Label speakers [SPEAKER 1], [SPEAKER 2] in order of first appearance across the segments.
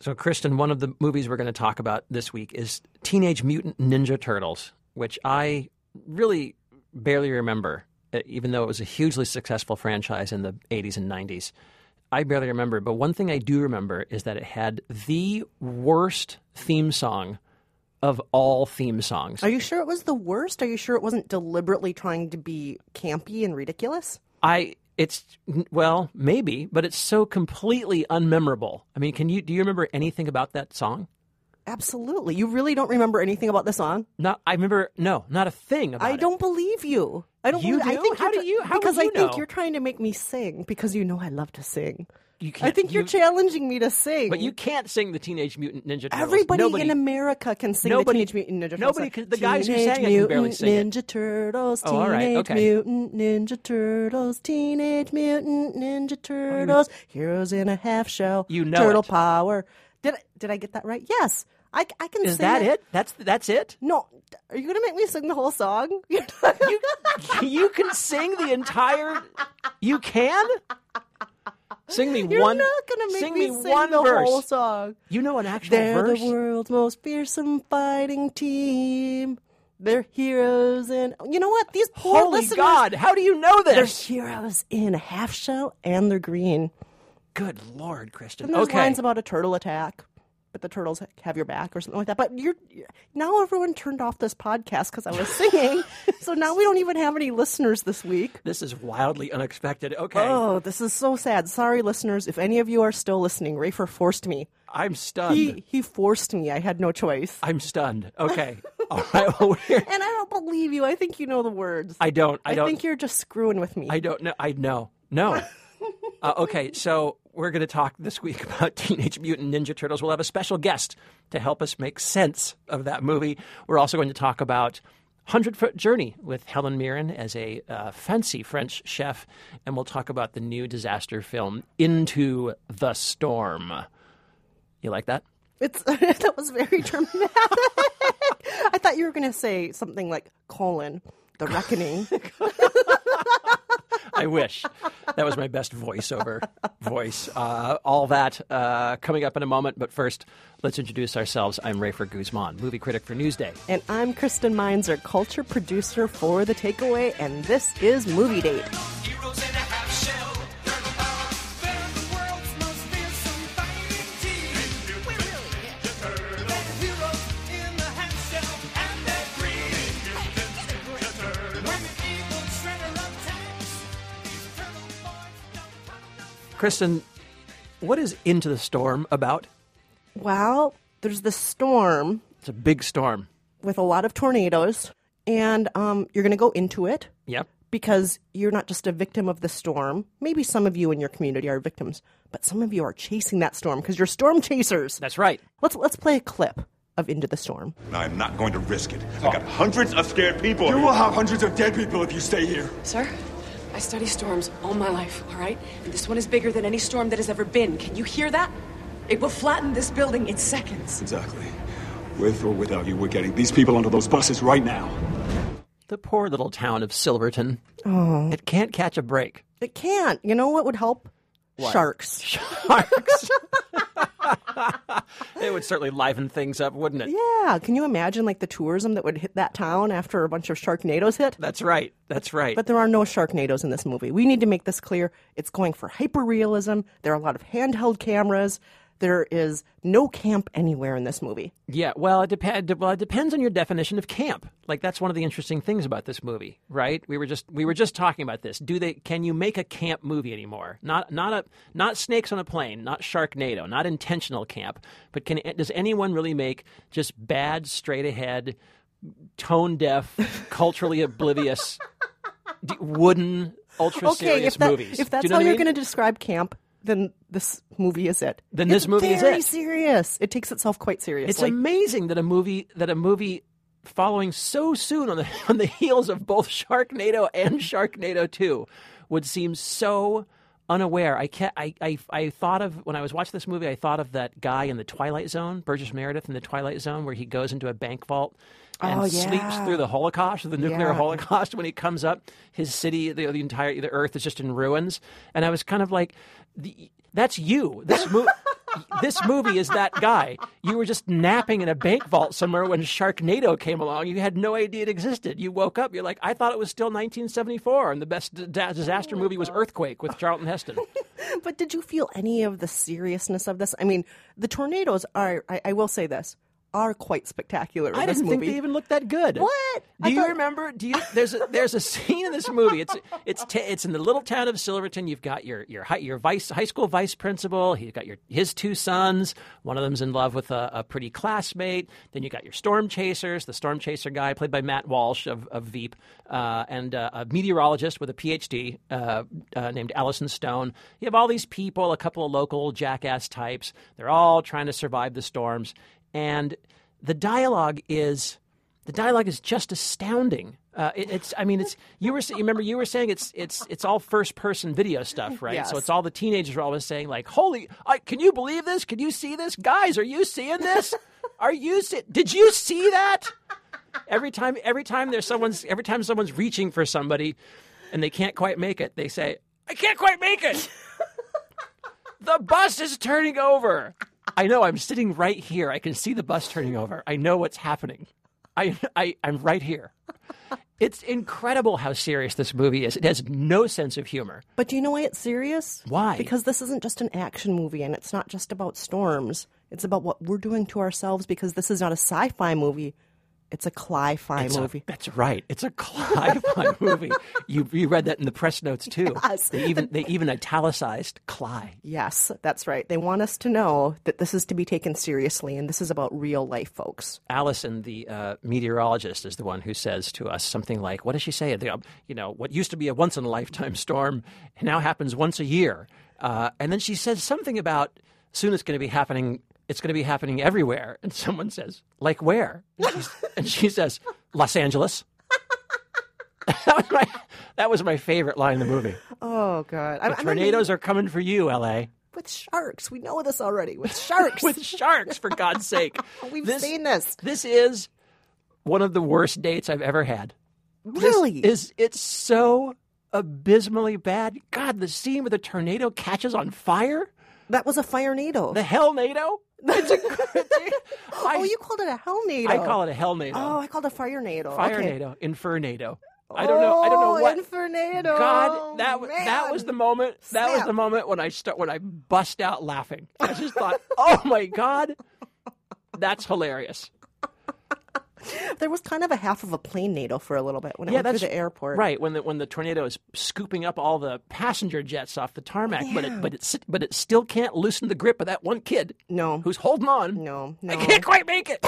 [SPEAKER 1] So, Kristen, one of the movies we're going to talk about this week is Teenage Mutant Ninja Turtles, which I really barely remember, uh, even though it was a hugely successful franchise in the 80s and 90s. I barely remember, but one thing I do remember is that it had the worst theme song of all theme songs.
[SPEAKER 2] Are you sure it was the worst? Are you sure it wasn't deliberately trying to be campy and ridiculous?
[SPEAKER 1] I it's well, maybe, but it's so completely unmemorable. I mean, can you do you remember anything about that song?
[SPEAKER 2] Absolutely. You really don't remember anything about the song?
[SPEAKER 1] Not I remember no, not a thing about
[SPEAKER 2] I
[SPEAKER 1] it.
[SPEAKER 2] don't believe you. I don't
[SPEAKER 1] You
[SPEAKER 2] believe
[SPEAKER 1] do?
[SPEAKER 2] I think
[SPEAKER 1] How
[SPEAKER 2] you're
[SPEAKER 1] do you- how would
[SPEAKER 2] because
[SPEAKER 1] you
[SPEAKER 2] I think
[SPEAKER 1] know?
[SPEAKER 2] you're trying to make me sing because you know I love to sing.
[SPEAKER 1] You
[SPEAKER 2] I
[SPEAKER 1] can't-
[SPEAKER 2] think you're
[SPEAKER 1] you-
[SPEAKER 2] challenging me to sing.
[SPEAKER 1] But you can't sing the Teenage Mutant Ninja Turtles.
[SPEAKER 2] Mm. Everybody
[SPEAKER 1] nobody,
[SPEAKER 2] in America can sing
[SPEAKER 1] nobody-
[SPEAKER 2] the Teenage Mutant Ninja Turtles.
[SPEAKER 1] nobody
[SPEAKER 2] song.
[SPEAKER 1] can- the guys who
[SPEAKER 2] Teenage
[SPEAKER 1] sang it can barely
[SPEAKER 2] Mutant
[SPEAKER 1] sing it.
[SPEAKER 2] Ninja Turtles.
[SPEAKER 1] Oh, all right,
[SPEAKER 2] Teenage
[SPEAKER 1] okay.
[SPEAKER 2] Mutant Ninja Turtles. Teenage Mutant Ninja Turtles. Heroes in a half shell.
[SPEAKER 1] Oh, You know
[SPEAKER 2] Turtle
[SPEAKER 1] it.
[SPEAKER 2] power. Did I, did I get that right? Yes, I, I can.
[SPEAKER 1] Is
[SPEAKER 2] sing
[SPEAKER 1] that it? That's that's it?
[SPEAKER 2] No, are you gonna make me sing the whole song?
[SPEAKER 1] You you can sing the entire You can? Sing me
[SPEAKER 2] You're
[SPEAKER 1] one
[SPEAKER 2] not gonna make
[SPEAKER 1] sing
[SPEAKER 2] me,
[SPEAKER 1] me,
[SPEAKER 2] sing
[SPEAKER 1] one
[SPEAKER 2] the
[SPEAKER 1] verse.
[SPEAKER 2] whole song.
[SPEAKER 1] You know an actual
[SPEAKER 2] They're
[SPEAKER 1] verse?
[SPEAKER 2] the world's most fearsome fighting team. They're heroes, and you know what? These poor
[SPEAKER 1] Holy
[SPEAKER 2] listeners,
[SPEAKER 1] God, how do you know
[SPEAKER 2] they're
[SPEAKER 1] this?
[SPEAKER 2] heroes in a half shell, and they're green.
[SPEAKER 1] Good Lord, Kristen.
[SPEAKER 2] And there's
[SPEAKER 1] okay.
[SPEAKER 2] lines about a turtle attack, but the turtles have your back or something like that. But you're now everyone turned off this podcast because I was singing, so now we don't even have any listeners this week.
[SPEAKER 1] this is wildly unexpected. Okay.
[SPEAKER 2] Oh, this is so sad. Sorry, listeners. If any of you are still listening, Rafer forced me.
[SPEAKER 1] I'm stunned.
[SPEAKER 2] He he forced me. I had no choice.
[SPEAKER 1] I'm stunned. Okay. All right. Well, we're,
[SPEAKER 2] And I don't believe you. I think you know the words.
[SPEAKER 1] I don't. I
[SPEAKER 2] I
[SPEAKER 1] don't.
[SPEAKER 2] think you're just screwing with me.
[SPEAKER 1] I don't know. I know. No. uh, okay. So we're going to talk this week about Teenage Mutant Ninja Turtles. We'll have a special guest to help us make sense of that movie. We're also going to talk about. Hundred Foot Journey with Helen Mirren as a uh, fancy French chef, and we'll talk about the new disaster film Into the Storm. You like that?
[SPEAKER 2] It's that was very dramatic. I thought you were going to say something like colon the reckoning.
[SPEAKER 1] I wish. That was my best voiceover voice. Uh, all that uh, coming up in a moment, but first, let's introduce ourselves. I'm Rafer Guzman, movie critic for Newsday.
[SPEAKER 2] and I'm Kristen Meinzer, culture producer for The Takeaway, and this is Movie Date.
[SPEAKER 3] Heroes in a half shell. Turtle power. They're the world's most fearsome fighting team. We're really the turtles. They're heroes in a half shell, and they're green. The turtles. When the evil shredder attacks, these turtle boys don't come no
[SPEAKER 1] Kristen, what is Into the Storm about?
[SPEAKER 2] Well, there's this storm
[SPEAKER 1] It's a big storm.
[SPEAKER 2] with a lot of tornadoes, and um, you're going to go into it.
[SPEAKER 1] Yep.
[SPEAKER 2] because you're not just a victim of the storm. Maybe some of you in your community are victims, but some of you are chasing that storm because you're storm chasers.
[SPEAKER 1] That's right.
[SPEAKER 2] Let's let's play a clip of Into the Storm.
[SPEAKER 4] I'm not going to risk it. I got hundreds of scared people.
[SPEAKER 5] You will have hundreds of dead people if you stay here.
[SPEAKER 6] Sir, I study storms all my life, all right? And this one is bigger than any storm that has ever been. Can you hear that? It will flatten this building in seconds.
[SPEAKER 5] Exactly. With or without you, we're getting these people onto those buses right now.
[SPEAKER 1] The poor little town of Silverton. Oh. It can't catch a break.
[SPEAKER 2] It can't. You know what would help? Sharks.
[SPEAKER 1] Sharks. it would certainly liven things up, wouldn't it?
[SPEAKER 2] Yeah. Can you imagine like the tourism that would hit that town after a bunch of sharknadoes hit?
[SPEAKER 1] That's right. That's right.
[SPEAKER 2] But there are no sharknadoes in this movie. We need to make this clear. It's going for hyperrealism. There are a lot of handheld cameras. There is no camp anywhere in this movie.
[SPEAKER 1] Yeah, well, it depends. Well, it depends on your definition of camp. Like that's one of the interesting things about this movie, right? We were just we were just talking about this. Do they? Can you make a camp movie anymore? Not not a not snakes on a plane, not Sharknado, not intentional camp. But can does anyone really make just bad, straight ahead, tone deaf, culturally oblivious, d- wooden, ultra serious
[SPEAKER 2] if, that-
[SPEAKER 1] movies?
[SPEAKER 2] if that's
[SPEAKER 1] Do you know
[SPEAKER 2] how
[SPEAKER 1] what I
[SPEAKER 2] you're
[SPEAKER 1] mean?
[SPEAKER 2] going to describe camp, then this movie is it.
[SPEAKER 1] Then
[SPEAKER 2] It's
[SPEAKER 1] this movie is
[SPEAKER 2] very
[SPEAKER 1] it.
[SPEAKER 2] serious. It takes itself quite seriously.
[SPEAKER 1] It's amazing that a movie that a movie following so soon on the on the heels of both Sharknado and Sharknado 2 would seem so unaware. I can't, I, I I thought of when I was watching this movie, I thought of that guy in the Twilight Zone, Burgess Meredith in the Twilight Zone, where he goes into a bank vault and
[SPEAKER 2] Oh,
[SPEAKER 1] sleeps
[SPEAKER 2] yeah.
[SPEAKER 1] through the Holocaust, the nuclear
[SPEAKER 2] Yeah.
[SPEAKER 1] Holocaust. When he comes up, his city, the, the entire the Earth is just in ruins. And I was kind of like, the, that's you. This movie. this movie is that guy. You were just napping in a bank vault somewhere when Sharknado came along. You had no idea it existed. You woke up, you're like, I thought it was still 1974, and the best d- da-
[SPEAKER 2] Oh
[SPEAKER 1] disaster movie was Earthquake with Charlton Heston.
[SPEAKER 2] But did you feel any of the seriousness of this? I mean, the tornadoes are, I, I will say this, are quite spectacular. in
[SPEAKER 1] I
[SPEAKER 2] this
[SPEAKER 1] didn't think
[SPEAKER 2] movie.
[SPEAKER 1] they even looked that good.
[SPEAKER 2] What? I
[SPEAKER 1] Do you
[SPEAKER 2] thought-
[SPEAKER 1] remember? Do you? There's a, there's a scene in this movie. It's it's t- it's in the little town of Silverton. You've got your your high, your vice high school vice principal. He's got your his two sons. One of them's in love with a, a pretty classmate. Then you got your storm chasers. The storm chaser guy, played by Matt Walsh of, of Veep, uh, and uh, a meteorologist with a PhD uh, uh, named Allison Stone. You have all these people, a couple of local jackass types. They're all trying to survive the storms, and the dialogue is the dialogue is just astounding. Uh, it, it's, I mean, it's you were s- you remember you were saying it's it's it's all first person video stuff, right?
[SPEAKER 2] Yes.
[SPEAKER 1] So it's all the teenagers are always saying like, "Holy, I, can you believe this? Can you see this, guys? Are you seeing this? Are you see, did you see that?" Every time, every time there's someone's every time someone's reaching for somebody, and they can't quite make it, they say, "I can't quite make it." the bus is turning over. I know. I'm sitting right here. I can see the bus turning over. I know what's happening. I, I, I'm right here. It's incredible how serious this movie is. It has no sense of humor.
[SPEAKER 2] But do you know why it's serious?
[SPEAKER 1] Why?
[SPEAKER 2] Because this isn't just an action movie and it's not just about storms. It's about what we're doing to ourselves because this is not a sci fi movie. It's a cli fi
[SPEAKER 1] It's a-
[SPEAKER 2] movie.
[SPEAKER 1] that's right. It's a Cli-fi movie. You, you read that in the press notes too.
[SPEAKER 2] Yes.
[SPEAKER 1] They even they even italicized Cli.
[SPEAKER 2] yes, that's right. They want us to know that this is to be taken seriously and this is about real life folks.
[SPEAKER 1] Allison, the uh, meteorologist, is the one who says to us something like, "What does she say? The, um, you know, what used to be a once in a lifetime storm now happens once a year." Uh, and then she says something about soon it's going to be happening. It's going to be happening everywhere. And someone says, "Like where?" And, she's, and she says, "Los Angeles." that, was my, that was my favorite line in the movie.
[SPEAKER 2] Oh, God. I'm, I'm
[SPEAKER 1] Tornadoes are coming for you, L.A.
[SPEAKER 2] amazed with sharks. We know this already. With sharks.
[SPEAKER 1] with sharks for God's sake.
[SPEAKER 2] We've seen this.
[SPEAKER 1] This is one of the worst dates I've ever had.
[SPEAKER 2] really?
[SPEAKER 1] Is it's so abysmally bad. God, the scene where the tornado catches on fire,
[SPEAKER 2] that was a fire nato.
[SPEAKER 1] the hell NATO. It's a- I,
[SPEAKER 2] oh, you called it a hell nato.
[SPEAKER 1] I call it a hell NATO.
[SPEAKER 2] Oh, I called it a fire nato.
[SPEAKER 1] fire
[SPEAKER 2] okay.
[SPEAKER 1] NATO, infernato. I don't know. I don't know
[SPEAKER 2] Oh,
[SPEAKER 1] what.
[SPEAKER 2] Infernato. Oh,
[SPEAKER 1] God, that w- that was
[SPEAKER 2] man.
[SPEAKER 1] the moment. That was
[SPEAKER 2] Snap.
[SPEAKER 1] the moment when I start when I bust out laughing. I just thought, "Oh my God, that's hilarious."
[SPEAKER 2] There was kind of a half of a plane NATO for a little bit when it went through the airport.
[SPEAKER 1] Right when the when the tornado is scooping up all the passenger jets off the tarmac, but it but it but it still can't loosen the grip of that one kid.
[SPEAKER 2] No.
[SPEAKER 1] who's holding on.
[SPEAKER 2] No,
[SPEAKER 1] I
[SPEAKER 2] no.
[SPEAKER 1] can't quite make it.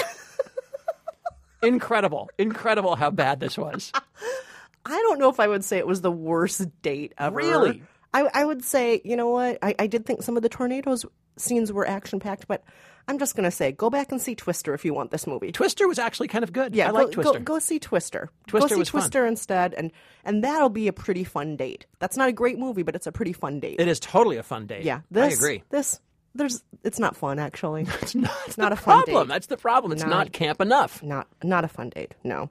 [SPEAKER 1] incredible, incredible how bad this was.
[SPEAKER 2] I don't know if I would say it was the worst date ever.
[SPEAKER 1] Really?
[SPEAKER 2] I, I would say, you know what? I, I did think some of the tornadoes scenes were action packed, but I'm just going to say go back and see Twister if you want this movie.
[SPEAKER 1] Twister was actually kind of good.
[SPEAKER 2] yeah,
[SPEAKER 1] I
[SPEAKER 2] go,
[SPEAKER 1] like
[SPEAKER 2] go,
[SPEAKER 1] Twister.
[SPEAKER 2] go see Twister.
[SPEAKER 1] Twister
[SPEAKER 2] go see
[SPEAKER 1] was fun.
[SPEAKER 2] Twister instead, and and that'll be a pretty fun date. That's not a great movie, but it's a pretty fun date.
[SPEAKER 1] It is totally a fun date.
[SPEAKER 2] yeah, this,
[SPEAKER 1] I agree.
[SPEAKER 2] This there's it's not fun actually.
[SPEAKER 1] It's not, it's
[SPEAKER 2] not
[SPEAKER 1] the
[SPEAKER 2] a fun
[SPEAKER 1] problem.
[SPEAKER 2] date.
[SPEAKER 1] That's the problem. It's
[SPEAKER 2] No.
[SPEAKER 1] not camp enough.
[SPEAKER 2] not not a fun date. No.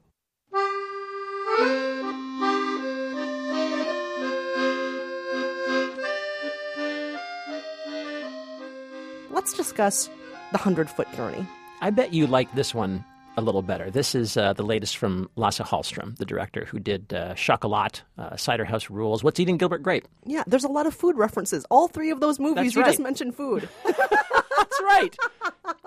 [SPEAKER 2] Let's discuss the hundred foot journey.
[SPEAKER 1] I bet you like this one a little better. This is uh, the latest from Lasse Hallström, the director who did uh, Chocolat, uh, Cider House Rules, What's Eating Gilbert Grape.
[SPEAKER 2] Yeah, there's a lot of food references. All three of those movies
[SPEAKER 1] That's
[SPEAKER 2] you just
[SPEAKER 1] right.
[SPEAKER 2] mentioned food.
[SPEAKER 1] That's right.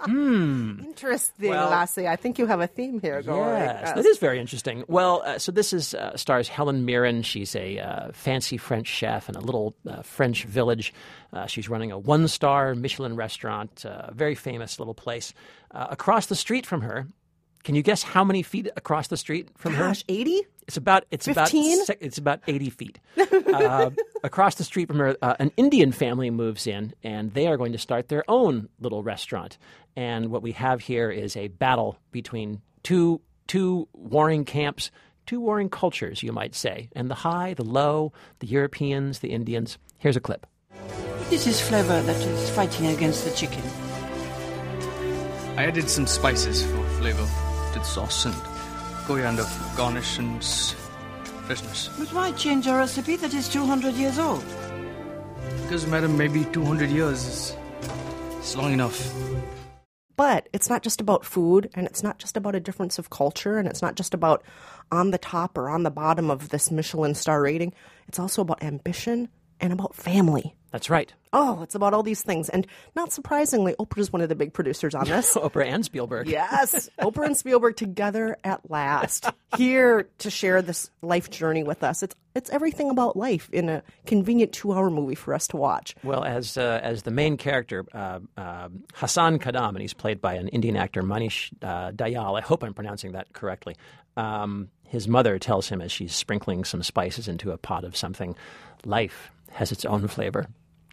[SPEAKER 2] Interesting,
[SPEAKER 1] Well-
[SPEAKER 2] Lassie. I think you have a theme here going.
[SPEAKER 1] Yes, that is very interesting. Well, uh, so this is uh, stars Helen Mirren. She's a uh, fancy French chef in a little uh, French village. Uh, she's running a one-star Michelin restaurant, uh, a very famous little place. Uh, across the street from her, can you guess how many feet across the street from her?
[SPEAKER 2] Gosh, eighty.
[SPEAKER 1] It's about it's
[SPEAKER 2] 15?
[SPEAKER 1] about se- it's about eighty feet uh, across the street from her. Uh, an Indian family moves in, and they are going to start their own little restaurant. And what we have here is a battle between two two warring camps, two warring cultures, you might say, and the high, the low, the Europeans, the Indians. Here's a clip.
[SPEAKER 7] This is flavor that is fighting against the chicken.
[SPEAKER 8] I added some spices for flavor. Did sauce and coriander for garnish and s- freshness.
[SPEAKER 7] But why change a recipe that is 200 years old?
[SPEAKER 8] Because, madam, maybe 200 years is It's long enough.
[SPEAKER 2] But it's not just about food, and it's not just about a difference of culture, and it's not just about on the top or on the bottom of this Michelin star rating. It's also about ambition and about family.
[SPEAKER 1] That's right.
[SPEAKER 2] Oh, it's about all these things. And not surprisingly, Oprah's one of the big producers on this.
[SPEAKER 1] Oprah and Spielberg.
[SPEAKER 2] yes, Oprah and Spielberg together at last, here to share this life journey with us. It's, it's everything about life in a convenient two hour movie for us to watch.
[SPEAKER 1] Well, as uh, as the main character, uh, uh, Hassan Kadam, and he's played by an Indian actor, Manish uh, Dayal. I hope I'm pronouncing that correctly. Um, his mother tells him as she's sprinkling some spices into a pot of something, life has its own flavor.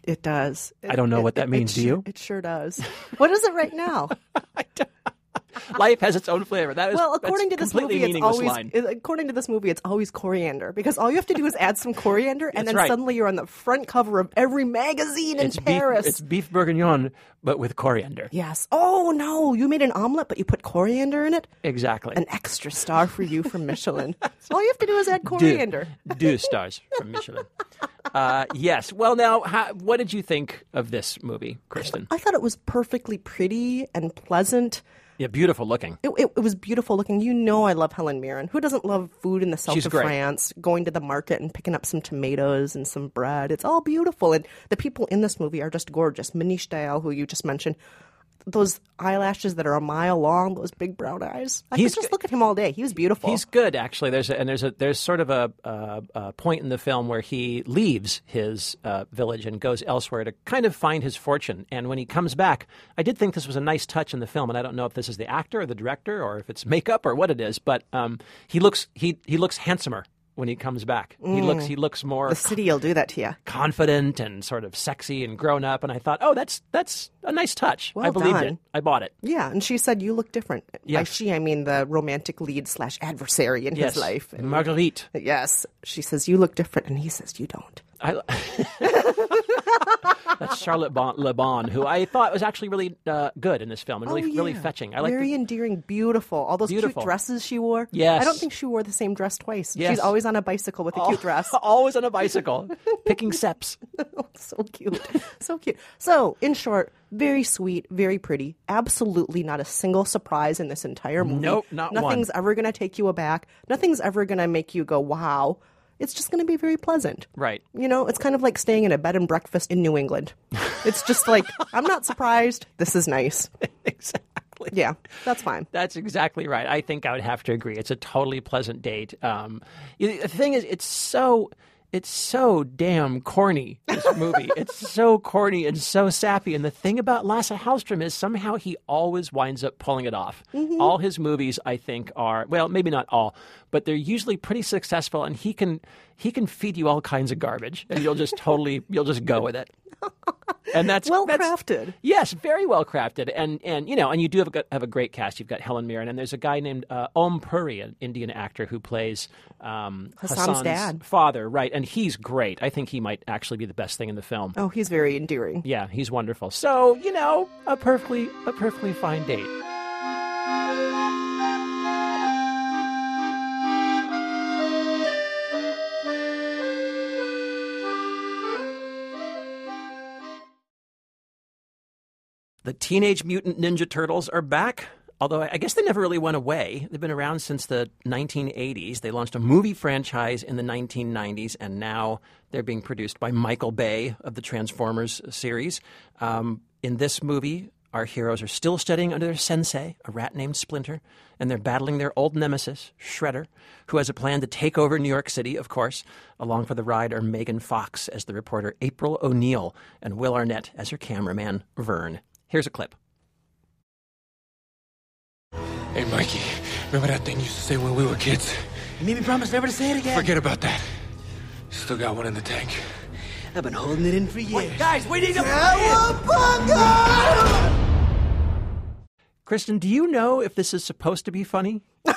[SPEAKER 2] It does.
[SPEAKER 1] I don't know what that means,
[SPEAKER 2] It
[SPEAKER 1] do
[SPEAKER 2] sure-
[SPEAKER 1] you?
[SPEAKER 2] It sure does. What is it right now?
[SPEAKER 1] life has its own flavor. That is
[SPEAKER 2] well,
[SPEAKER 1] that's
[SPEAKER 2] according to this
[SPEAKER 1] completely
[SPEAKER 2] movie, it's
[SPEAKER 1] meaningless
[SPEAKER 2] always
[SPEAKER 1] line.
[SPEAKER 2] it- according to this movie, it's always coriander because all you have to do is add some coriander, and
[SPEAKER 1] That's
[SPEAKER 2] then
[SPEAKER 1] right.
[SPEAKER 2] suddenly you're on the front cover of every magazine in
[SPEAKER 1] it's
[SPEAKER 2] Paris.
[SPEAKER 1] Beef, it's beef bourguignon, but with coriander.
[SPEAKER 2] yes. Oh no, you made an omelet, but you put coriander in it.
[SPEAKER 1] Exactly.
[SPEAKER 2] An extra star for you from Michelin. all you have to do is add
[SPEAKER 1] Deux-
[SPEAKER 2] coriander.
[SPEAKER 1] Deux stars from Michelin. Uh, yes. Well, now, how, what did you think of this movie, Kristen?
[SPEAKER 2] I thought it was perfectly pretty and pleasant.
[SPEAKER 1] Yeah, beautiful looking.
[SPEAKER 2] It, it, it was beautiful looking. You know, I love Helen Mirren. Who doesn't love food in the south
[SPEAKER 1] She's
[SPEAKER 2] of
[SPEAKER 1] great.
[SPEAKER 2] France? Going to the market and picking up some tomatoes and some bread. It's all beautiful. And the people in this movie are just gorgeous. Manish Dayal, who you just mentioned, those eyelashes that are a mile long, those big brown eyes. I
[SPEAKER 1] He's
[SPEAKER 2] could just
[SPEAKER 1] g-
[SPEAKER 2] look at him all day. He was beautiful.
[SPEAKER 1] He's good, actually. There's a, and there's a there's sort of a, a, a point in the film where he leaves his uh, village and goes elsewhere to kind of find his fortune. And when he comes back, I did think this was a nice touch in the film, and I don't know if this is the actor or the director or if it's makeup or what it is, but um, he looks he he looks handsomer when he comes back. He looks he looks more
[SPEAKER 2] the city will do that to you.
[SPEAKER 1] confident and sort of sexy and grown up. And I thought, oh, that's that's a nice touch.
[SPEAKER 2] Well
[SPEAKER 1] I believed
[SPEAKER 2] done.
[SPEAKER 1] it. I bought it.
[SPEAKER 2] Yeah, and she said, You look different.
[SPEAKER 1] Yeah.
[SPEAKER 2] By she, I mean the romantic lead slash adversary in
[SPEAKER 1] Yes, Mm-hmm.
[SPEAKER 2] his life. And-
[SPEAKER 1] Marguerite.
[SPEAKER 2] yes. She says, You look different. And he says, You don't.
[SPEAKER 1] I, that's Charlotte bon, Le Bon, who I thought was actually really uh, good in this film and really,
[SPEAKER 2] Oh, yeah.
[SPEAKER 1] really fetching. I like
[SPEAKER 2] very endearing, beautiful. All those
[SPEAKER 1] Beautiful.
[SPEAKER 2] cute dresses she wore.
[SPEAKER 1] Yes.
[SPEAKER 2] I don't think she wore the same dress twice.
[SPEAKER 1] Yes. Oh.
[SPEAKER 2] She's always on a bicycle with a cute dress. Oh,
[SPEAKER 1] always on a bicycle, picking steps.
[SPEAKER 2] so cute, so cute. So, in short, very sweet, very pretty. Absolutely not a single surprise in this entire movie.
[SPEAKER 1] Nope, not one.
[SPEAKER 2] Nothing's ever going to take you aback. Nothing's ever going to make you go wow. It's just going to be very pleasant.
[SPEAKER 1] Right.
[SPEAKER 2] You know, it's kind of like staying in a bed and breakfast in New England. It's just like, I'm not surprised. This is nice.
[SPEAKER 1] exactly.
[SPEAKER 2] Yeah, that's fine.
[SPEAKER 1] That's exactly right. I think I would have to agree. It's a totally pleasant date. Um, y- the thing is, it's so it's so damn corny. This movie. it's so corny and so sappy. And the thing about Lasse Hallström is somehow he always winds up pulling it off.
[SPEAKER 2] Mm-hmm.
[SPEAKER 1] All his movies, I think, are well, maybe not all, but they're usually pretty successful. And he can he can feed you all kinds of garbage, and you'll just totally you'll just go with it. And that's
[SPEAKER 2] Well
[SPEAKER 1] that's-
[SPEAKER 2] crafted.
[SPEAKER 1] Yes, very well crafted, and and you know, and you do have a, good- have a great cast. You've got Helen Mirren, and there's a guy named uh, Om Puri, an Indian actor who plays um,
[SPEAKER 2] Hassan's dad.
[SPEAKER 1] father, right? And he's great. I think he might actually be the best thing in the film.
[SPEAKER 2] Oh, he's very endearing.
[SPEAKER 1] Yeah, he's wonderful. So you know, a perfectly a perfectly fine date. The Teenage Mutant Ninja Turtles are back. Although I guess they never really went away. They've been around since the 1980s. They launched a movie franchise in the 1990s, and now they're being produced by Michael Bay of the Transformers series. Um, in this movie, our heroes are still studying under their sensei, a rat named Splinter, and they're battling their old nemesis, Shredder, who has a plan to take over New York City, of course. Along for the ride are Megan Fox as the reporter April O'Neil and Will Arnett as her cameraman, Vern. Here's a clip.
[SPEAKER 9] Hey, Mikey, remember that thing you used to say when we were kids?
[SPEAKER 10] Made me promise never to say it again.
[SPEAKER 9] Forget about that. Still got one in the tank.
[SPEAKER 10] I've been holding it in for years. guys, we need to.
[SPEAKER 1] Kristen, do you know if this is supposed to be funny?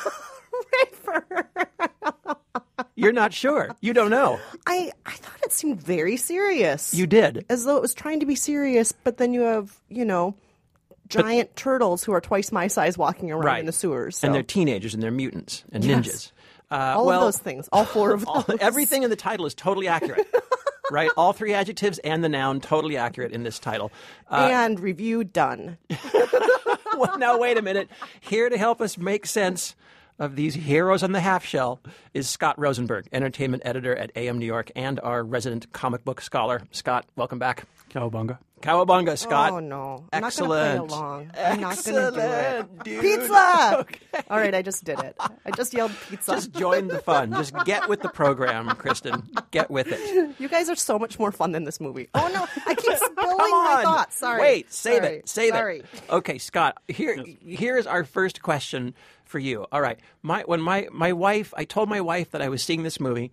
[SPEAKER 1] You're not sure. You don't know.
[SPEAKER 2] I, I thought it seemed very serious.
[SPEAKER 1] You did.
[SPEAKER 2] As though it was trying to be serious, but then you have, you know, giant turtles who are twice my size walking around in the sewers. so-
[SPEAKER 1] And they're teenagers and they're mutants and
[SPEAKER 2] Yes.
[SPEAKER 1] ninjas. Uh,
[SPEAKER 2] all
[SPEAKER 1] well,
[SPEAKER 2] of those things. All four of them.
[SPEAKER 1] all- everything in the title is totally accurate. right? All three adjectives and the noun totally accurate in this title.
[SPEAKER 2] and review done.
[SPEAKER 1] well, now wait a minute. Here to help us make sense of these heroes on the half shell is Scott Rosenberg, entertainment editor at AM New York and our resident comic book scholar. Scott, welcome back.
[SPEAKER 11] Cowabunga.
[SPEAKER 1] Cowabunga, Scott.
[SPEAKER 2] Oh no! I'm
[SPEAKER 1] Excellent.
[SPEAKER 2] not gonna play along. I'm
[SPEAKER 1] Excellent,
[SPEAKER 2] not gonna do
[SPEAKER 1] dude.
[SPEAKER 2] it. Pizza. All right, I just did it. I just yelled pizza.
[SPEAKER 1] Just join the fun. Just get with the program, Kristen. Get with it.
[SPEAKER 2] you guys are so much more fun than this movie. Oh no! I keep spilling
[SPEAKER 1] Come on.
[SPEAKER 2] my thoughts. Sorry.
[SPEAKER 1] Wait, save
[SPEAKER 2] Sorry.
[SPEAKER 1] it. Save
[SPEAKER 2] Sorry.
[SPEAKER 1] it. Okay, Scott, here here is our first question for you. All right. My when my my wife, I told my wife that I was seeing this movie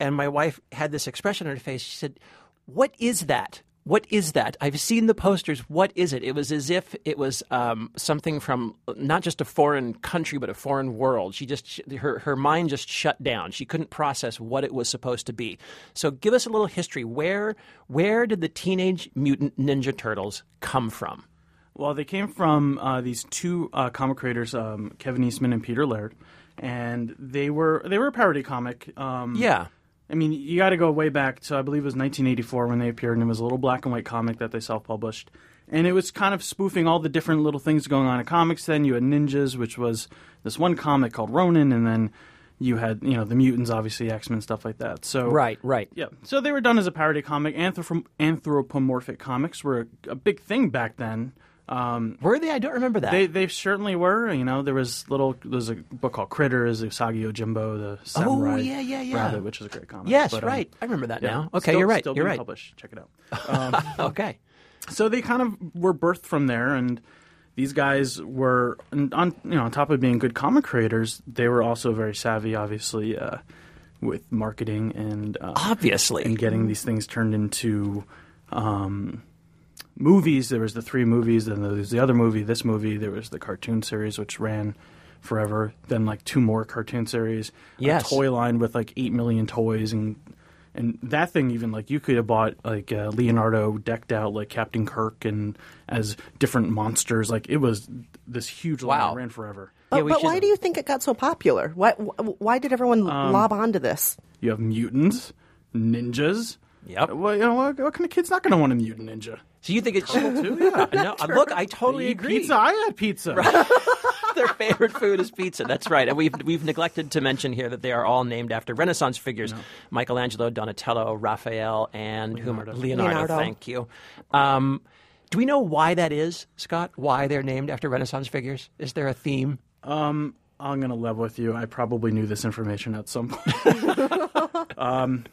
[SPEAKER 1] and my wife had this expression on her face. She said, "What is that?" What is that? I've seen the posters. What is it? It was as if it was um, something from not just a foreign country, but a foreign world. She just her her mind just shut down. She couldn't process what it was supposed to be. So, give us a little history. Where where did the Teenage Mutant Ninja Turtles come from?
[SPEAKER 11] Well, they came from uh, these two uh, comic creators, um, Kevin Eastman and Peter Laird, and they were they were a parody comic. Um,
[SPEAKER 1] Yeah.
[SPEAKER 11] I mean, you got to go way back to I believe it was 1984 when they appeared, and it was a little black and white comic that they self-published, and it was kind of spoofing all the different little things going on in comics. Then you had ninjas, which was this one comic called Ronin, and then you had you know the mutants, obviously X Men stuff like that. So
[SPEAKER 1] Right, right.
[SPEAKER 11] yeah. So they were done as a parody comic. Anthrop- anthropomorphic comics were a, a big thing back then. Um,
[SPEAKER 1] Were they? I don't remember that.
[SPEAKER 11] they they certainly were. You know, there was little. There's a book called Critters, Usagi Ojimbo, the Samurai
[SPEAKER 1] Oh, yeah, yeah, yeah.
[SPEAKER 11] Rabbit, which is a great comic.
[SPEAKER 1] yes,
[SPEAKER 11] But, um,
[SPEAKER 1] right. I remember that
[SPEAKER 11] yeah,
[SPEAKER 1] now. Okay,
[SPEAKER 11] still-
[SPEAKER 1] you're right.
[SPEAKER 11] Still
[SPEAKER 1] you're
[SPEAKER 11] being
[SPEAKER 1] right.
[SPEAKER 11] Published. Check it out. Um,
[SPEAKER 1] Okay.
[SPEAKER 11] so they kind of were birthed from there, and these guys were on you know on top of being good comic creators, they were also very savvy, obviously, uh, with marketing and uh,
[SPEAKER 1] Obviously.
[SPEAKER 11] and getting these things turned into um, movies. There was the three movies, then there was the other movie, this movie. There was the cartoon series, which ran forever. Then like two more cartoon series,
[SPEAKER 1] Yes.
[SPEAKER 11] a uh, toy line with like eight million toys, and and that thing even like you could have bought like uh, Leonardo decked out like Captain Kirk and as different monsters. Like it was this huge line
[SPEAKER 1] Wow.
[SPEAKER 11] that ran forever.
[SPEAKER 2] But,
[SPEAKER 1] Yeah, we
[SPEAKER 2] but
[SPEAKER 1] should-
[SPEAKER 2] why do you think it got so popular? Why wh- why did everyone
[SPEAKER 11] Um,
[SPEAKER 2] lob onto this?
[SPEAKER 11] You have mutants, ninjas.
[SPEAKER 1] Yep.
[SPEAKER 11] Well, you know what, what kind of kid's not going to want a mutant ninja?
[SPEAKER 1] So you think it's too? Yeah. No, uh, look, I totally
[SPEAKER 11] Eat
[SPEAKER 1] agree.
[SPEAKER 11] Oh, Pizza. I had pizza.
[SPEAKER 1] Their favorite food is pizza. That's right. And we've we've neglected to mention here that they are all named after Renaissance figures: Michelangelo, Donatello, Raphael, and Leonardo. Whom, Leonardo,
[SPEAKER 2] Leonardo.
[SPEAKER 1] Thank you. Um, do we know why that is, Scott? Why they're named after Renaissance figures? Is there a theme?
[SPEAKER 11] I'm gonna level with you. I probably knew this information at some point. um,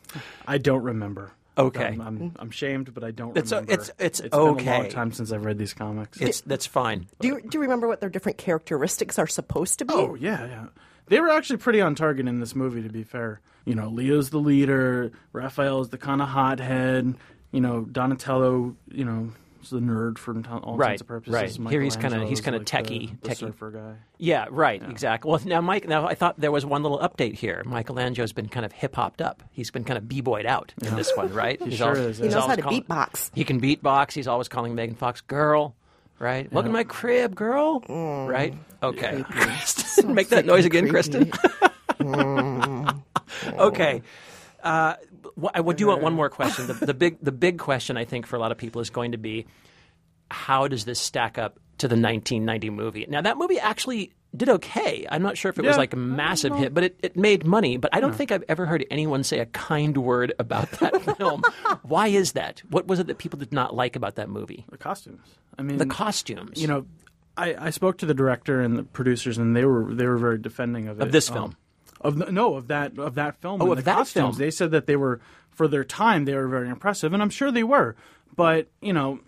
[SPEAKER 11] I don't remember.
[SPEAKER 1] Okay.
[SPEAKER 11] I'm, I'm, I'm shamed, but I don't
[SPEAKER 1] It's o-
[SPEAKER 11] remember.
[SPEAKER 1] it's- it's
[SPEAKER 11] been a
[SPEAKER 1] okay.
[SPEAKER 11] long time since I've read these comics.
[SPEAKER 1] It's that's fine.
[SPEAKER 2] Do you, do you remember what their different characteristics are supposed to be?
[SPEAKER 11] oh yeah, yeah. They were actually pretty on target in this movie, to be fair. You know, Leo's the leader. Raphael's the kind of hothead. You know, Donatello. You know, is the nerd for all
[SPEAKER 1] Right,
[SPEAKER 11] intents and purposes.
[SPEAKER 1] right. Here he's kinda- he's
[SPEAKER 11] Michelangelo's
[SPEAKER 1] kinda
[SPEAKER 11] like
[SPEAKER 1] techie-
[SPEAKER 11] the, the
[SPEAKER 1] techie.
[SPEAKER 11] surfer guy.
[SPEAKER 1] Yeah, right, exactly. Well, now Mike, now I thought there was one little update here. Michelangelo's been kind of hip hopped up. He's been kind of b boyed out in this one, right? He
[SPEAKER 11] sure is, yeah.
[SPEAKER 2] He knows how
[SPEAKER 1] always
[SPEAKER 2] to
[SPEAKER 1] calling-
[SPEAKER 2] beatbox.
[SPEAKER 1] He can beatbox. He's always calling Megan Fox girl, right? Welcome to my crib, girl,
[SPEAKER 2] Mm.
[SPEAKER 1] right? Okay, Kristen, make that noise again, Kristen.
[SPEAKER 2] Mm.
[SPEAKER 1] okay. Uh, wh- I would do want one more question. The, the big, the big question I think for a lot of people is going to be, how does this stack up to the 1990 movie? Now that movie actually did okay. I'm not sure if it was
[SPEAKER 11] Yeah.
[SPEAKER 1] like a massive hit, but it, it made money. But I don't think I've ever heard anyone say a kind word about that film. Why is that? What was it that people did not like about that movie?
[SPEAKER 11] The costumes. I mean,
[SPEAKER 1] The costumes.
[SPEAKER 11] you know, I, I spoke to the director and the producers, and they were they were very defending of it.
[SPEAKER 1] this
[SPEAKER 11] Um,
[SPEAKER 1] film?
[SPEAKER 11] of the, no, of that of that film.
[SPEAKER 1] Oh,
[SPEAKER 11] and
[SPEAKER 1] of
[SPEAKER 11] the
[SPEAKER 1] that
[SPEAKER 11] costumes.
[SPEAKER 1] film.
[SPEAKER 11] They said that they were for their time they were very impressive, and I'm sure they were. But you know,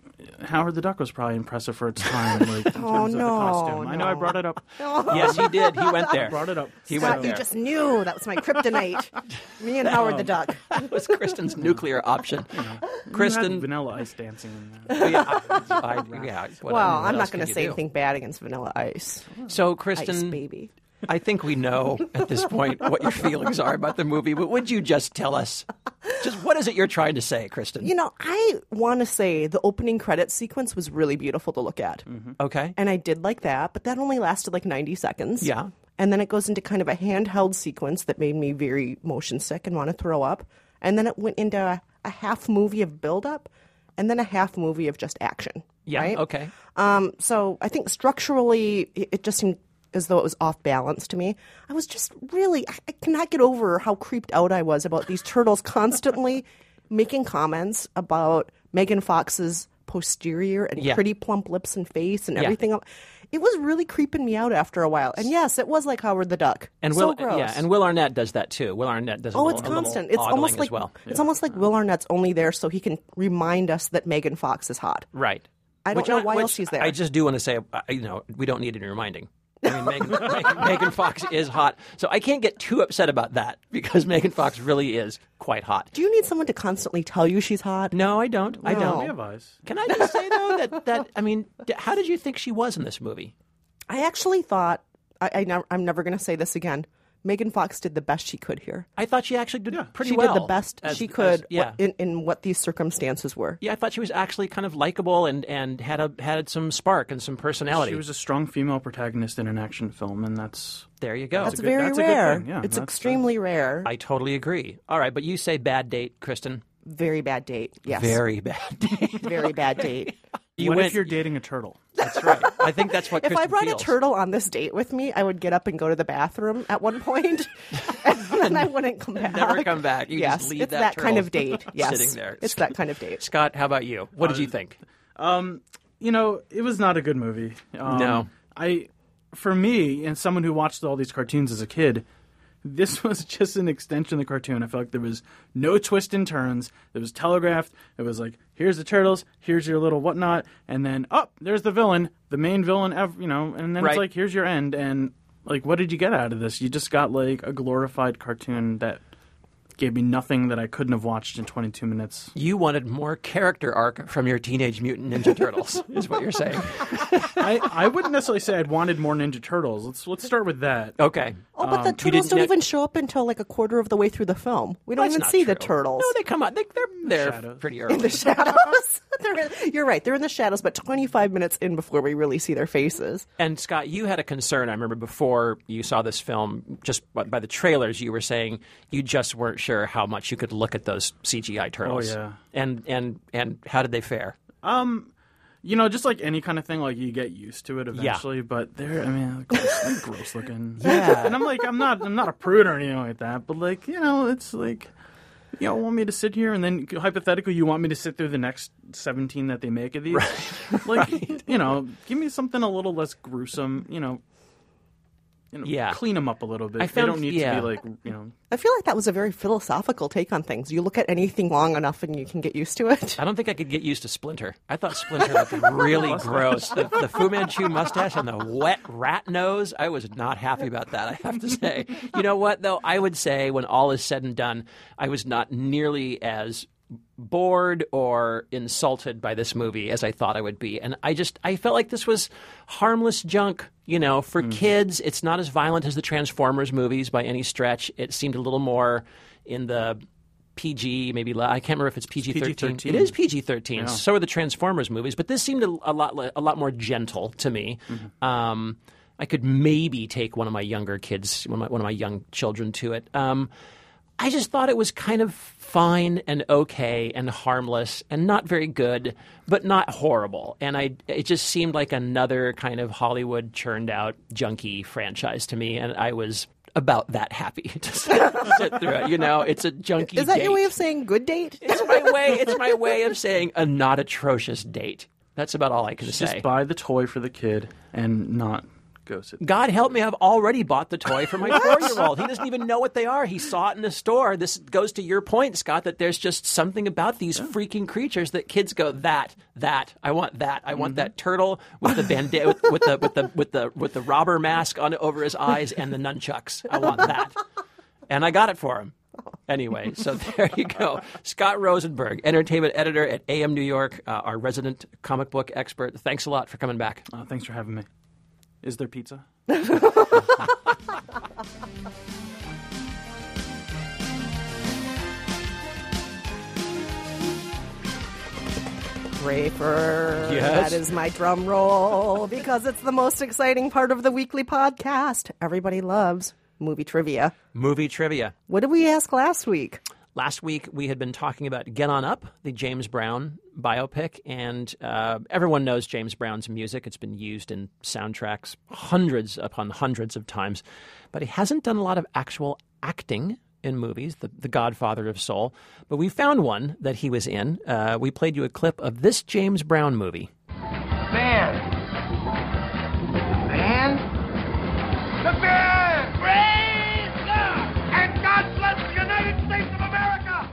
[SPEAKER 11] Howard the Duck was probably impressive for its time. Like, in terms of the
[SPEAKER 2] Oh, no,
[SPEAKER 11] costume. I know I
[SPEAKER 2] no.
[SPEAKER 11] brought it up.
[SPEAKER 1] yes, he did. He went there.
[SPEAKER 11] Brought it up.
[SPEAKER 1] He
[SPEAKER 2] God,
[SPEAKER 1] went there.
[SPEAKER 2] you just knew that was my kryptonite. Me and Howard the
[SPEAKER 11] Um,
[SPEAKER 2] Duck.
[SPEAKER 1] Um, That was Kristen's nuclear option.
[SPEAKER 11] You had
[SPEAKER 1] Kristen, Oh,
[SPEAKER 11] Vanilla Ice dancing. In there.
[SPEAKER 1] yeah, I, yeah, what-
[SPEAKER 2] Well,
[SPEAKER 1] what else
[SPEAKER 2] I'm not
[SPEAKER 1] could
[SPEAKER 2] going to
[SPEAKER 1] you
[SPEAKER 2] say
[SPEAKER 1] do?
[SPEAKER 2] anything bad against Vanilla Ice.
[SPEAKER 1] So,
[SPEAKER 2] Ice
[SPEAKER 1] Kristen,
[SPEAKER 2] baby.
[SPEAKER 1] I think we know at this point what your feelings are about the movie, but would you just tell us? Just what is it you're trying to say, Kristen?
[SPEAKER 2] You know, I want to say the opening credit sequence was really beautiful to look at.
[SPEAKER 11] Mm-hmm.
[SPEAKER 1] okay.
[SPEAKER 2] And I did like that, but that only lasted like 90 seconds.
[SPEAKER 1] Mm-hmm. Yeah.
[SPEAKER 2] And then it goes into kind of a handheld sequence that made me very motion sick and want to throw up. And then it went into a, a half movie of buildup and then a half movie of just action.
[SPEAKER 1] Yeah.
[SPEAKER 2] Right?
[SPEAKER 1] Okay.
[SPEAKER 2] Um, so I think structurally, it, it just seemed as though it was off balance to me. I was just really, I, I cannot get over how creeped out I was about these turtles constantly making comments about Megan Fox's posterior and
[SPEAKER 1] Yeah.
[SPEAKER 2] pretty plump lips and face and
[SPEAKER 1] Yeah.
[SPEAKER 2] everything else. It was really creeping me out after a while. And yes, it was like Howard the Duck.
[SPEAKER 1] And
[SPEAKER 2] so
[SPEAKER 1] Will,
[SPEAKER 2] gross.
[SPEAKER 1] yeah, and Will Arnett does that too. Will Arnett does. A
[SPEAKER 2] Oh,
[SPEAKER 1] little,
[SPEAKER 2] it's
[SPEAKER 1] a little
[SPEAKER 2] constant. It's
[SPEAKER 1] ogling
[SPEAKER 2] almost like
[SPEAKER 1] as well.
[SPEAKER 2] it's almost like Will Arnett's only there so he can remind us that Megan Fox is hot.
[SPEAKER 1] right.
[SPEAKER 2] I don't
[SPEAKER 1] Which
[SPEAKER 2] know why
[SPEAKER 1] which
[SPEAKER 2] else she's there.
[SPEAKER 1] I just do want to say, uh, you know, we don't need any reminding. I mean, Megan, Megan, Megan Fox is hot, so I can't get too upset about that because Megan Fox really is quite hot.
[SPEAKER 2] Do you need someone to constantly tell you she's hot?
[SPEAKER 1] No, I don't. I don't.
[SPEAKER 11] We have eyes.
[SPEAKER 1] Can I just say though that that I mean, d- how did you think she was in this movie?
[SPEAKER 2] I actually thought I, I nev- I'm never going to say this again. Megan Fox did the best she could here.
[SPEAKER 1] I thought she actually did pretty
[SPEAKER 2] she
[SPEAKER 1] well.
[SPEAKER 2] did the best
[SPEAKER 1] as-
[SPEAKER 2] she
[SPEAKER 1] as-
[SPEAKER 2] could
[SPEAKER 1] yeah.
[SPEAKER 2] wh- in, in what these circumstances were.
[SPEAKER 1] yeah, I thought she was actually kind of likable and, and had a had some spark and some personality.
[SPEAKER 11] She was a strong female protagonist in an action film, and that's
[SPEAKER 1] there you go.
[SPEAKER 2] That's,
[SPEAKER 11] a good-
[SPEAKER 2] very
[SPEAKER 11] that's a good
[SPEAKER 2] rare.
[SPEAKER 11] thing, yeah,
[SPEAKER 2] it's
[SPEAKER 11] that's-
[SPEAKER 2] extremely rare.
[SPEAKER 1] I totally agree. All right, but you say bad date, Kristen.
[SPEAKER 2] Very bad date. Yes.
[SPEAKER 1] Very bad date.
[SPEAKER 2] very bad date.
[SPEAKER 1] You
[SPEAKER 11] what
[SPEAKER 1] went,
[SPEAKER 11] if you're dating a turtle?
[SPEAKER 1] That's right. I think that's what.
[SPEAKER 2] If I
[SPEAKER 1] Kristen
[SPEAKER 2] brought
[SPEAKER 1] feels.
[SPEAKER 2] a turtle on this date with me, I would get up and go to the bathroom at one point, and then I wouldn't come back.
[SPEAKER 1] never come back. You
[SPEAKER 2] yes,
[SPEAKER 1] just leave
[SPEAKER 2] it's
[SPEAKER 1] that
[SPEAKER 2] that, kind
[SPEAKER 1] turtle
[SPEAKER 2] of date. Yes,
[SPEAKER 1] sitting there.
[SPEAKER 2] It's that kind of date.
[SPEAKER 1] Scott, how about you? What did
[SPEAKER 11] Uh,
[SPEAKER 1] you think?
[SPEAKER 11] you know, it was not a good movie. Um,
[SPEAKER 1] No.
[SPEAKER 11] I, for me, and someone who watched all these cartoons as a kid, this was just an extension of the cartoon. I felt like there was no twist and turns. It was telegraphed. It was like, here's the turtles, here's your little whatnot, and then up oh, there's the villain, the main villain, ever, you know, and then
[SPEAKER 1] Right.
[SPEAKER 11] it's like, here's your end. And like, what did you get out of this? You just got like a glorified cartoon that gave me nothing that I couldn't have watched in 22 minutes.
[SPEAKER 1] You wanted more character arc from your Teenage Mutant Ninja Turtles, is what you're saying.
[SPEAKER 11] I, I wouldn't necessarily say I'd wanted more Ninja Turtles. Let's let's start with that.
[SPEAKER 1] Okay.
[SPEAKER 2] Oh, but the turtles
[SPEAKER 1] Um, didn't
[SPEAKER 2] don't
[SPEAKER 1] know-
[SPEAKER 2] even show up until like a quarter of the way through the film. We don't
[SPEAKER 1] That's
[SPEAKER 2] even
[SPEAKER 1] not
[SPEAKER 2] see the
[SPEAKER 1] true.
[SPEAKER 2] turtles.
[SPEAKER 1] No, they come out. They, they're they're pretty early.
[SPEAKER 2] the shadows. They're in- you're right. They're in the shadows, but 25 minutes in before we really see their faces.
[SPEAKER 1] And Scott, you had a concern. I remember before you saw this film, just by, by the trailers, you were saying you just weren't sure how much you could look at those CGI turtles.
[SPEAKER 11] yeah.
[SPEAKER 1] And and and how did they fare?
[SPEAKER 11] You know, just like any kind of thing, like you get used to it eventually. But they're, I mean, gross, they're gross looking. Yeah. And I'm like, I'm not, I'm not a prude or anything like that. But like, you know, it's like, you don't want me to sit here, and then hypothetically, you want me to sit through the next 17 that they make of these. Like, you know, give me something a little less gruesome. You know. You know,
[SPEAKER 1] Yeah.
[SPEAKER 11] clean them up a little bit.
[SPEAKER 1] I
[SPEAKER 11] they
[SPEAKER 1] found-
[SPEAKER 11] don't need
[SPEAKER 1] yeah.
[SPEAKER 11] to be like you know.
[SPEAKER 2] I feel like that was a very philosophical take on things. You look at anything long enough and you can get used to it.
[SPEAKER 1] I don't think I could get used to Splinter. I thought Splinter looked really gross. The, the Fu Manchu mustache and the wet rat nose. I was not happy about that, I have to say. You know what, though? I would say when all is said and done, I was not nearly as bored or insulted by this movie as I thought I would be. And I just, I felt like this was harmless junk, you know, for kids. It's not as violent as the Transformers movies by any stretch. It seemed a little more in the. PG, maybe la- I can't remember if it's PG thirteen. It
[SPEAKER 11] PG-13.
[SPEAKER 1] is PG thirteen. So are the Transformers movies, but this seemed a, a lot li- a lot more gentle to me.
[SPEAKER 2] Mm-hmm.
[SPEAKER 1] Um, I could maybe take one of my younger kids, one of my, one of my young children, to it. Um, I just thought it was kind of fine and okay and harmless and not very good, but not horrible. And I, it just seemed like another kind of Hollywood churned out junkie franchise to me, and I was about that happy to sit, sit through it. You know, it's a junkie.
[SPEAKER 2] Is that your
[SPEAKER 1] date.
[SPEAKER 2] way of saying good date?
[SPEAKER 1] It's my way. It's my way of saying a not atrocious date. That's about all I can say.
[SPEAKER 11] Just buy the toy for the kid and not go sit.
[SPEAKER 1] God help me, I've already bought the toy for my four year old. He doesn't even know what they are. He saw it in a store. This goes to your point, Scott, that there's just something about these freaking creatures that kids go, that, that, I want that. I want that turtle with the bandana with, with the with the with the with the robber mask on over his eyes and the nunchucks. I want that. And I got it for him. Anyway, so there you go. Scott Rosenberg, entertainment editor at AM New York, uh, our resident comic book expert. Thanks a lot for coming back.
[SPEAKER 11] Uh, thanks for having me. Is there pizza?
[SPEAKER 2] Rafer.
[SPEAKER 1] Yes.
[SPEAKER 2] That is my drum roll because it's the most exciting part of the weekly podcast. Everybody loves movie trivia.
[SPEAKER 1] Movie trivia.
[SPEAKER 2] What did we ask last week?
[SPEAKER 1] Last week we had been talking about Get On Up, the James Brown biopic, and uh, everyone knows James Brown's music. It's been used in soundtracks hundreds upon hundreds of times, but he hasn't done a lot of actual acting in movies, the, the Godfather of Soul. But we found one that he was in. Uh, we played you a clip of this James Brown movie.
[SPEAKER 3] Man. Man. The man. Praise God. And God bless the United States of America.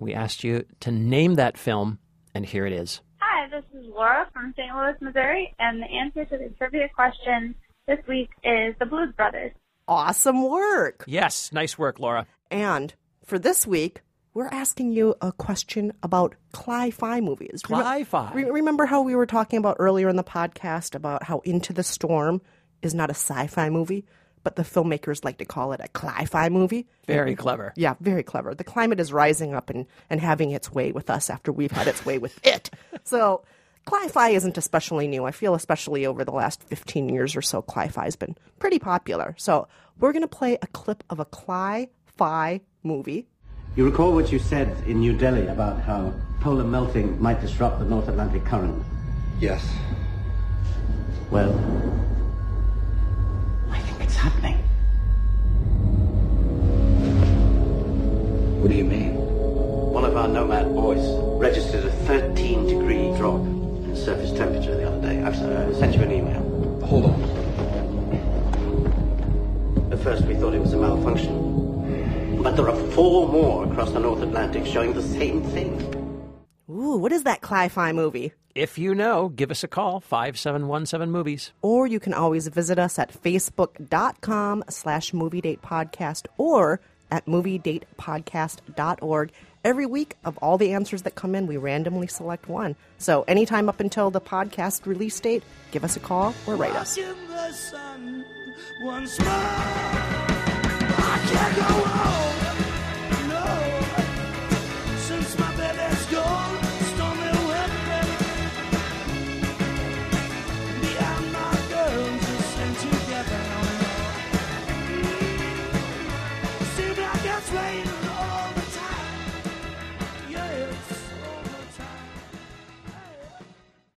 [SPEAKER 1] We asked you to name that film, and here it is.
[SPEAKER 12] Hi, this is Laura from St. Louis, Missouri, and the answer to the trivia question this week is the Blues Brothers.
[SPEAKER 2] Awesome work.
[SPEAKER 1] Yes, nice work, Laura.
[SPEAKER 2] And for this week, we're asking you a question about cli-fi movies. Rem-
[SPEAKER 1] Cli-fi.
[SPEAKER 2] re- remember how we were talking about earlier in the podcast about how Into the Storm is not a sci-fi movie, but the filmmakers like to call it a cli-fi movie?
[SPEAKER 1] Very clever.
[SPEAKER 2] Yeah, very clever. The climate is rising up and, and having its way with us after we've had its way with it. So, cli fi isn't especially new. I feel especially over the last 15 years or so, cli fi has been pretty popular. So, we're going to play a clip of a cli fi movie.
[SPEAKER 13] You recall what you said in New Delhi about how polar melting might disrupt the North Atlantic current? Yes. Well, I think it's happening. What do you mean? One of our nomad boys registered a 13 degree drop in surface temperature the other day. I've uh, sent you an email. Hold on. At first, we thought it was a malfunction. But there are four more across the North Atlantic showing the same thing.
[SPEAKER 2] Ooh, what is that cli fi movie?
[SPEAKER 1] If you know, give us a call, 5717 Movies.
[SPEAKER 2] Or you can always visit us at facebook.com slash movie date podcast or at movie date podcast.org. Every week of all the answers that come in, we randomly select one. So anytime up until the podcast release date, give us a call or write us.
[SPEAKER 3] Watching the sun once more. I can't go on. No. Since my baby's gone, stormy weather. Me and my girl just ain't together no more. Seems like it's raining.